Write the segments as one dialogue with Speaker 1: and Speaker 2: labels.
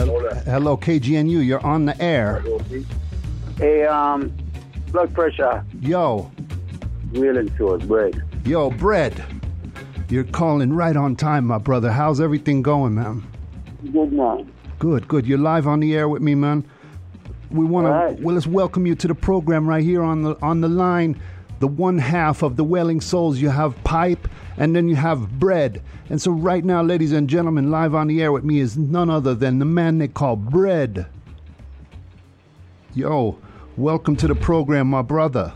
Speaker 1: Hello, KGNU. You're on the air.
Speaker 2: Hey, um, blood pressure.
Speaker 1: Yo,
Speaker 2: Real to us, bread.
Speaker 1: yo, Brett. You're calling right on time, my brother. How's everything going, man?
Speaker 2: Good man.
Speaker 1: Good, good. You're live on the air with me, man. We want
Speaker 2: All
Speaker 1: to
Speaker 2: right.
Speaker 1: well, let's welcome you to the program right here on the on the line. The one half of the Wailing Souls. You have pipe, and then you have bread. And so, right now, ladies and gentlemen, live on the air with me is none other than the man they call Bread. Yo, welcome to the program, my brother.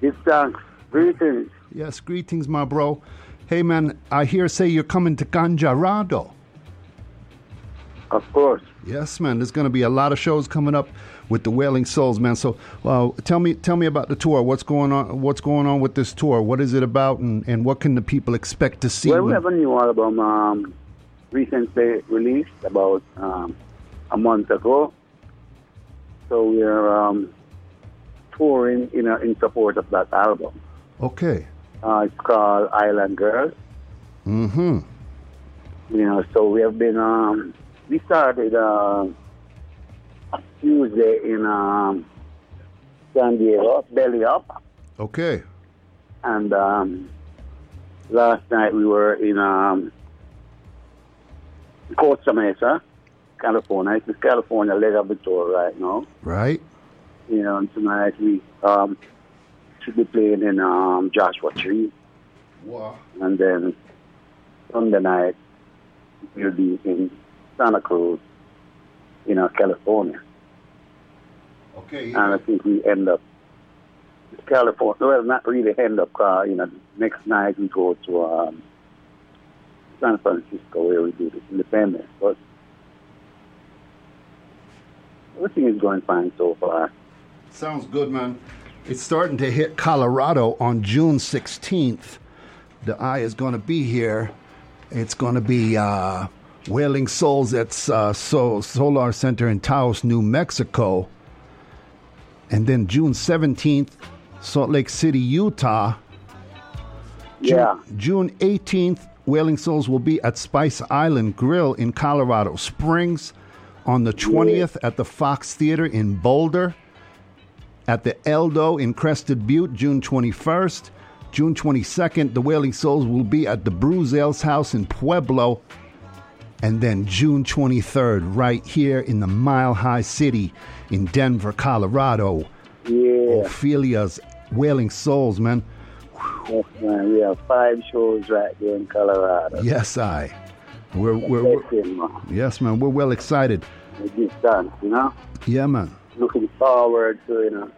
Speaker 2: It's thanks. Greetings.
Speaker 1: Yes, greetings, my bro. Hey, man, I hear say you're coming to Ganjarado.
Speaker 2: Of course.
Speaker 1: Yes, man. There's going to be a lot of shows coming up with the Wailing Souls, man. So, uh, tell me, tell me about the tour. What's going on? What's going on with this tour? What is it about, and, and what can the people expect to see?
Speaker 2: Well, we
Speaker 1: when-
Speaker 2: have a new album um, recently released about um, a month ago. So we are um, touring in, uh, in support of that album.
Speaker 1: okay.
Speaker 2: Uh, it's called Island Girls.
Speaker 1: Mm-hmm.
Speaker 2: You know, so we have been, um, we started uh, a Tuesday in um, San Diego, Belly Up.
Speaker 1: Okay.
Speaker 2: and um, last night we were in um, Costa Mesa, California. It's the California leg of the tour right now.
Speaker 1: Right.
Speaker 2: You know, and tonight we um, should be playing in um, Joshua Tree,
Speaker 1: Wow.
Speaker 2: and then Sunday night we'll be in Santa Cruz, you know, California.
Speaker 1: Okay.
Speaker 2: And I think we end up California. Well, not really end up. Uh, you know, next night we go to um, San Francisco where we do the Independence. But everything is going fine so far.
Speaker 1: Sounds good, man. It's starting to hit Colorado on June 16th. The eye is going to be here. It's going to be uh, Wailing Souls at uh, so- Solar Center in Taos, New Mexico. And then June 17th, Salt Lake City, Utah. Ju-
Speaker 2: Yeah,
Speaker 1: June 18th, Wailing Souls will be at Spice Island Grill in Colorado Springs. On the 20th, at the Fox Theater in Boulder. At the Eldo in Crested Butte, June 21st. June 22nd, the Wailing Souls will be at the Bruzels House in Pueblo. And then June 23rd, right here in the Mile High City in Denver, Colorado.
Speaker 2: yeah,
Speaker 1: Ophelia's Wailing Souls, man.
Speaker 2: yes, man. We have five shows right there in Colorado. uh,
Speaker 1: Yes, I. We're, we're, we're
Speaker 2: That's it, man.
Speaker 1: yes, man. We're well excited.
Speaker 2: We give thanks, you know.
Speaker 1: Yeah, man. Mm-hmm.
Speaker 2: Looking forward to you know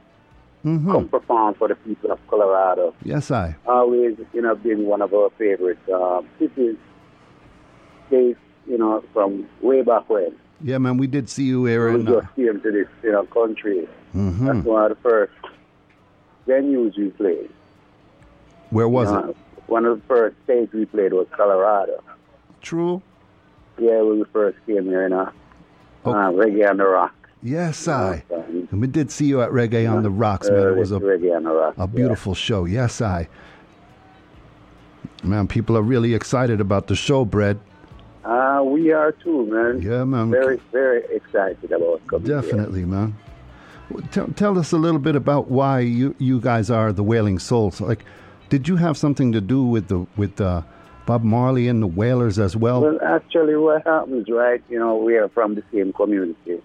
Speaker 2: come perform for the people of Colorado.
Speaker 1: Yes, I.
Speaker 2: always, you know, been one of our favorite uh, cities, states, you know, from way back when.
Speaker 1: Yeah, man. We did see you here
Speaker 2: We
Speaker 1: in. Uh,
Speaker 2: just came to this, you know, country.
Speaker 1: Mm-hmm.
Speaker 2: That's one of the first venues we played.
Speaker 1: where was
Speaker 2: Uh,
Speaker 1: it?
Speaker 2: one of the first states we played was Colorado.
Speaker 1: True.
Speaker 2: Yeah, when we first came here, you know,
Speaker 1: Oh.
Speaker 2: uh, reggae on the rock.
Speaker 1: Yes, I.
Speaker 2: Um,
Speaker 1: And we did see you at Reggae on the Rocks, man. It
Speaker 2: early
Speaker 1: was a,
Speaker 2: reggae on the rock.
Speaker 1: a beautiful show. Yes, I. Man, people are really excited about the show, Brad.
Speaker 2: Yeah. Uh, we are too, man.
Speaker 1: Yeah, man.
Speaker 2: Very, very excited about coming here.
Speaker 1: Definitely, man. Tell, tell us a little bit about why you, you guys are the Wailing Souls. Like, did you have something to do with the with uh, Bob Marley and the Wailers as well?
Speaker 2: Well, actually, what happens, right? You know, we are from the same community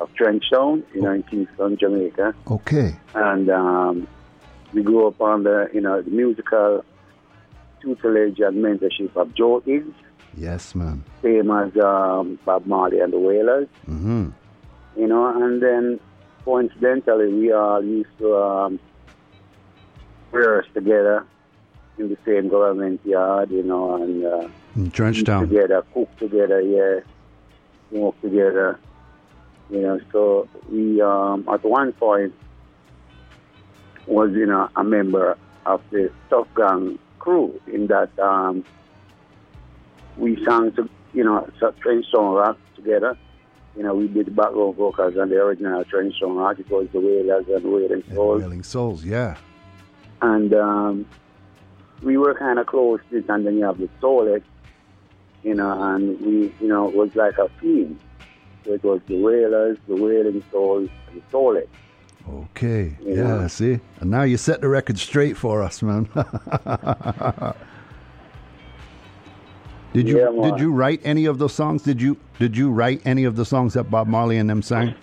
Speaker 2: of Trenchtown, you know, in Kingston, Jamaica,
Speaker 1: okay,
Speaker 2: and um, we grew up on the, you know, the musical tutelage and mentorship of Joe Higgs,
Speaker 1: yes, man.
Speaker 2: same as um, Bob Marley and the Wailers,
Speaker 1: Mm-hmm.
Speaker 2: you know, and then coincidentally, we all used to um, rehearse together in the same government yard, you know, and. Uh,
Speaker 1: In
Speaker 2: eat
Speaker 1: Trenchtown.
Speaker 2: together, cook together, yeah, smoke together. You know, so we um, at one point was you know a member of the Tough Gang crew in that um, we sang to you know so- Train Song Rock together. You know, we did background vocals on the original Train Song Rock. It was the Wailers and Wailing
Speaker 1: And the
Speaker 2: Souls
Speaker 1: Wailing Souls, yeah.
Speaker 2: and um, we were kind of close to this, and then you have the toilet, you know, and we, you know, it was like a team, So it was the Whalers, the Wailing Souls, and the Solex.
Speaker 1: Okay. Yeah.
Speaker 2: Yeah.
Speaker 1: see? And now you set the record straight for us, man. did you
Speaker 2: Yeah, man.
Speaker 1: did you write any of those songs? Did you did you write any of the songs that Bob Marley and them sang?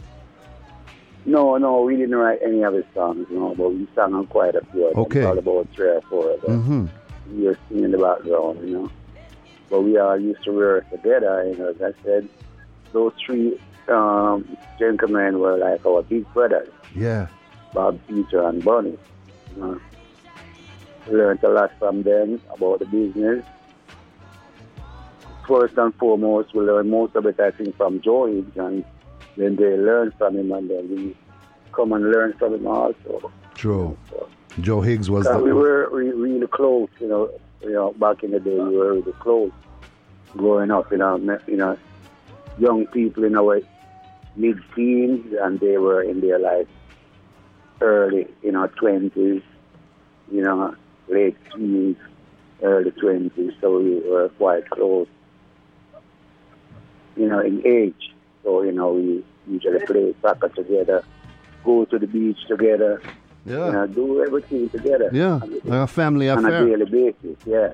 Speaker 2: No, no, we didn't write any of his songs, no, but we sang on quite a few of them,
Speaker 1: Okay.
Speaker 2: probably about three or four of them.
Speaker 1: hmm
Speaker 2: We were singing in the background, you know. But we all used to work together, and as I said, those three um, gentlemen were like our big brothers,
Speaker 1: Yeah.
Speaker 2: Bob, Peter, and Bonnie. Uh, You know. We learned a lot from them about the business. First and foremost, we learned most of it, I think, from George, and then they learned from him, and then we come and learn from him also.
Speaker 1: True. Joe Higgs was
Speaker 2: Uh,
Speaker 1: the
Speaker 2: we were re- really close, you know. You know, back in the day, we were really close. Growing up, you know, me- you know, young people in our mid-teens, and they were in their like early, you know, twenties, you know, late teens, early twenties. So we were quite close, you know, in age. So you know, we usually play soccer together, go to the beach together you
Speaker 1: Yeah.
Speaker 2: know, do everything together.
Speaker 1: Yeah.
Speaker 2: On a-
Speaker 1: Like a family
Speaker 2: on a
Speaker 1: affair.
Speaker 2: daily basis, yeah.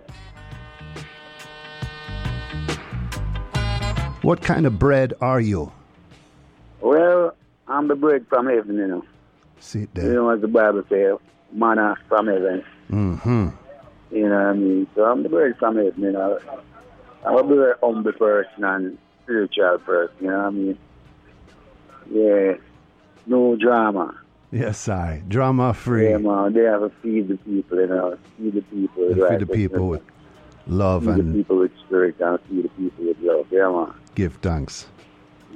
Speaker 1: What kind of bread are you?
Speaker 2: Well, I'm the bread from heaven, you know.
Speaker 1: Sit
Speaker 2: You
Speaker 1: there.
Speaker 2: know, as the Bible says, manna from heaven.
Speaker 1: Mm-hmm.
Speaker 2: You know what I mean? So I'm the bread from heaven, you know. I'm a very humble person and spiritual person, you know what I mean? Yeah. No drama.
Speaker 1: Yes, I. Drama free.
Speaker 2: Yeah, man. They have to feed the people, you know. Feed the people.
Speaker 1: And
Speaker 2: right?
Speaker 1: feed the people with love
Speaker 2: Feed the
Speaker 1: and
Speaker 2: people with spirit and feed the people with love. Yeah, man.
Speaker 1: give thanks.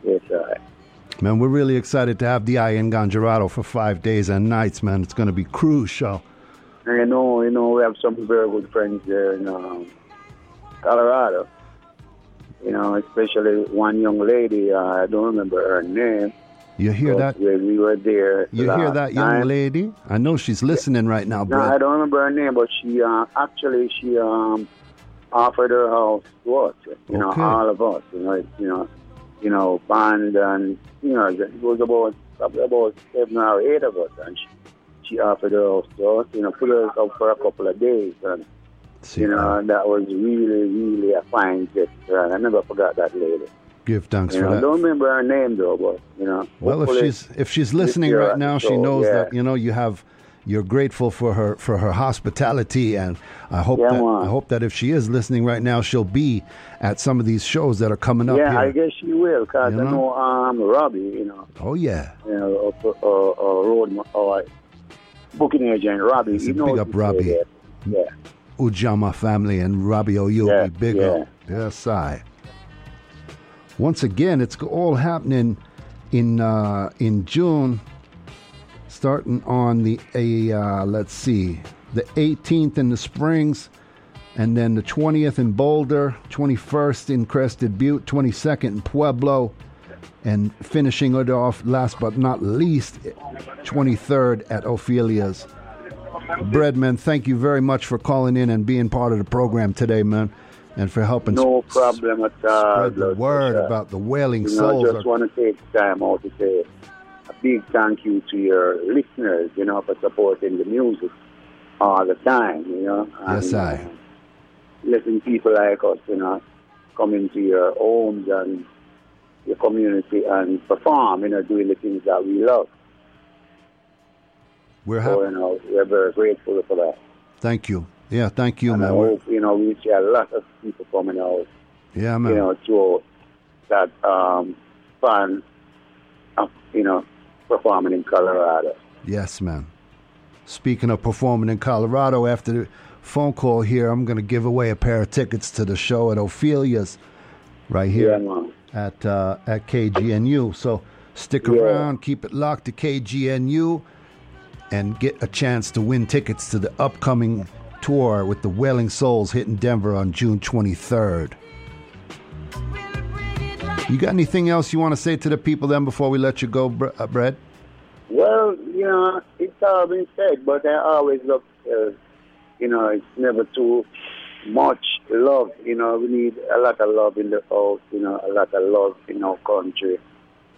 Speaker 2: Yes, I.
Speaker 1: Man, we're really excited to have DI in Ganjarado for five days and nights, man. It's going to be crucial.
Speaker 2: And you know, you know, we have some very good friends there in um, Colorado. You know, especially one young lady. Uh, I don't remember her name.
Speaker 1: You hear
Speaker 2: but
Speaker 1: that?
Speaker 2: When we were there.
Speaker 1: You hear
Speaker 2: last
Speaker 1: that, young
Speaker 2: time-
Speaker 1: lady? I know she's listening right now,
Speaker 2: No, I
Speaker 1: Brett.
Speaker 2: don't remember her name, but she uh, actually she um, offered her house to us. You know,
Speaker 1: Okay.
Speaker 2: all of us. You know, it's, you know, you know, band and you know, it was about probably about seven or eight of us, and she, she offered her house to us. You know, put us up for a couple of days and.
Speaker 1: See uh,
Speaker 2: You know,
Speaker 1: that?
Speaker 2: and that was really, really a fine gesture. And I never forgot that lady.
Speaker 1: Give thanks
Speaker 2: You
Speaker 1: for
Speaker 2: know, I
Speaker 1: that.
Speaker 2: don't remember her name though, but you know.
Speaker 1: Well, if
Speaker 2: hopefully-
Speaker 1: she's if she's listening
Speaker 2: you're
Speaker 1: right
Speaker 2: at
Speaker 1: now,
Speaker 2: the
Speaker 1: she
Speaker 2: show,
Speaker 1: knows
Speaker 2: yeah.
Speaker 1: that you know you have. You're grateful for her for her hospitality, and I hope
Speaker 2: Yeah,
Speaker 1: that
Speaker 2: man.
Speaker 1: I hope that if she is listening right now, she'll be at some of these shows that are coming up
Speaker 2: yeah, I
Speaker 1: here.
Speaker 2: guess she will, cause
Speaker 1: You
Speaker 2: I
Speaker 1: know?
Speaker 2: know um, Robbie, you know,
Speaker 1: oh yeah,
Speaker 2: you know, or, or, or road ma- or booking agent Robbie.
Speaker 1: Listen,
Speaker 2: you know
Speaker 1: big up Robbie.
Speaker 2: Yeah,
Speaker 1: Ujama family and Robbie Oyobi
Speaker 2: Yeah,
Speaker 1: big
Speaker 2: yeah.
Speaker 1: up. Yes, I. Once again, it's all happening in uh, in June, starting on the a uh, let's see, the 18th in the Springs, and then the 20th in Boulder, 21st in Crested Butte, 22nd in Pueblo, and finishing it off last but not least, 23rd at Ophelia's. Breadman, thank you very much for calling in and being part of the program today, man, and for helping
Speaker 2: no
Speaker 1: s-
Speaker 2: problem at all.
Speaker 1: spread the
Speaker 2: Lord,
Speaker 1: word
Speaker 2: sir.
Speaker 1: about the wailing
Speaker 2: You know,
Speaker 1: souls.
Speaker 2: I just
Speaker 1: are-
Speaker 2: want to take time out to say a big thank you to your listeners, you know, for supporting the music all the time, you know.
Speaker 1: Yes,
Speaker 2: and,
Speaker 1: I.
Speaker 2: uh, letting people like us, you know, come into your homes and your community and perform, you know, doing the things that we love.
Speaker 1: We're
Speaker 2: So,
Speaker 1: happy.
Speaker 2: you know, we're very grateful for that.
Speaker 1: Thank you. Yeah, thank you,
Speaker 2: And I
Speaker 1: man. We're-
Speaker 2: hope, you know, we see a lot of people coming out
Speaker 1: yeah,
Speaker 2: you
Speaker 1: man.
Speaker 2: know, through that um, fun, uh, you know, performing in Colorado.
Speaker 1: Yes, man. Speaking of performing in Colorado, after the phone call here, I'm going to give away a pair of tickets to the show at Ophelia's right here.
Speaker 2: Yeah, man.
Speaker 1: at uh, at KGNU. So stick
Speaker 2: Yeah.
Speaker 1: around, keep it locked to KGNU, and get a chance to win tickets to the upcoming tour with the Wailing Souls hitting Denver on June 23rd. You got anything else you want to say to the people then before we let you go, Br- uh, Brett?
Speaker 2: Well, you know, it's all been said, but I always love, uh, you know, it's never too much love. You know, we need a lot of love in the house, you know, a lot of love in our country.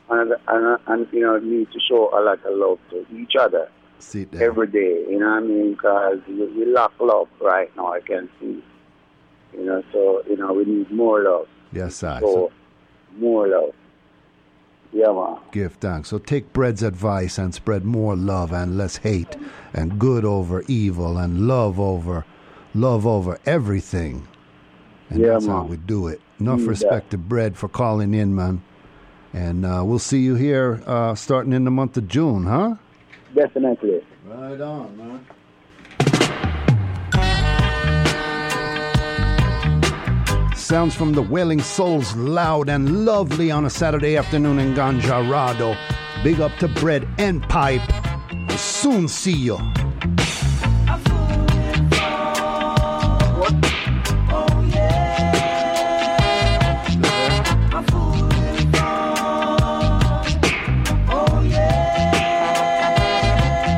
Speaker 2: and, and, and you know need to show a lot of love to each other
Speaker 1: Sit down.
Speaker 2: every day. You know what I mean? Because we, we lack love right now. I can see. You know, so you know we need more love.
Speaker 1: yes, I.
Speaker 2: So
Speaker 1: So
Speaker 2: more love. Yeah, man.
Speaker 1: give thanks. So take bread's advice and spread more love and less hate, and good over evil, and love over, love over everything. And
Speaker 2: Yeah,
Speaker 1: that's how
Speaker 2: man.
Speaker 1: we do it. Enough
Speaker 2: Mm,
Speaker 1: respect to bread for calling in, man. And uh, we'll see you here uh, starting in the month of June, huh?
Speaker 2: Definitely.
Speaker 1: Right on, man. Sounds from the Wailing Souls loud and lovely on a Saturday afternoon in Ganjarado. Big up to Bread and Pipe. We'll soon see you.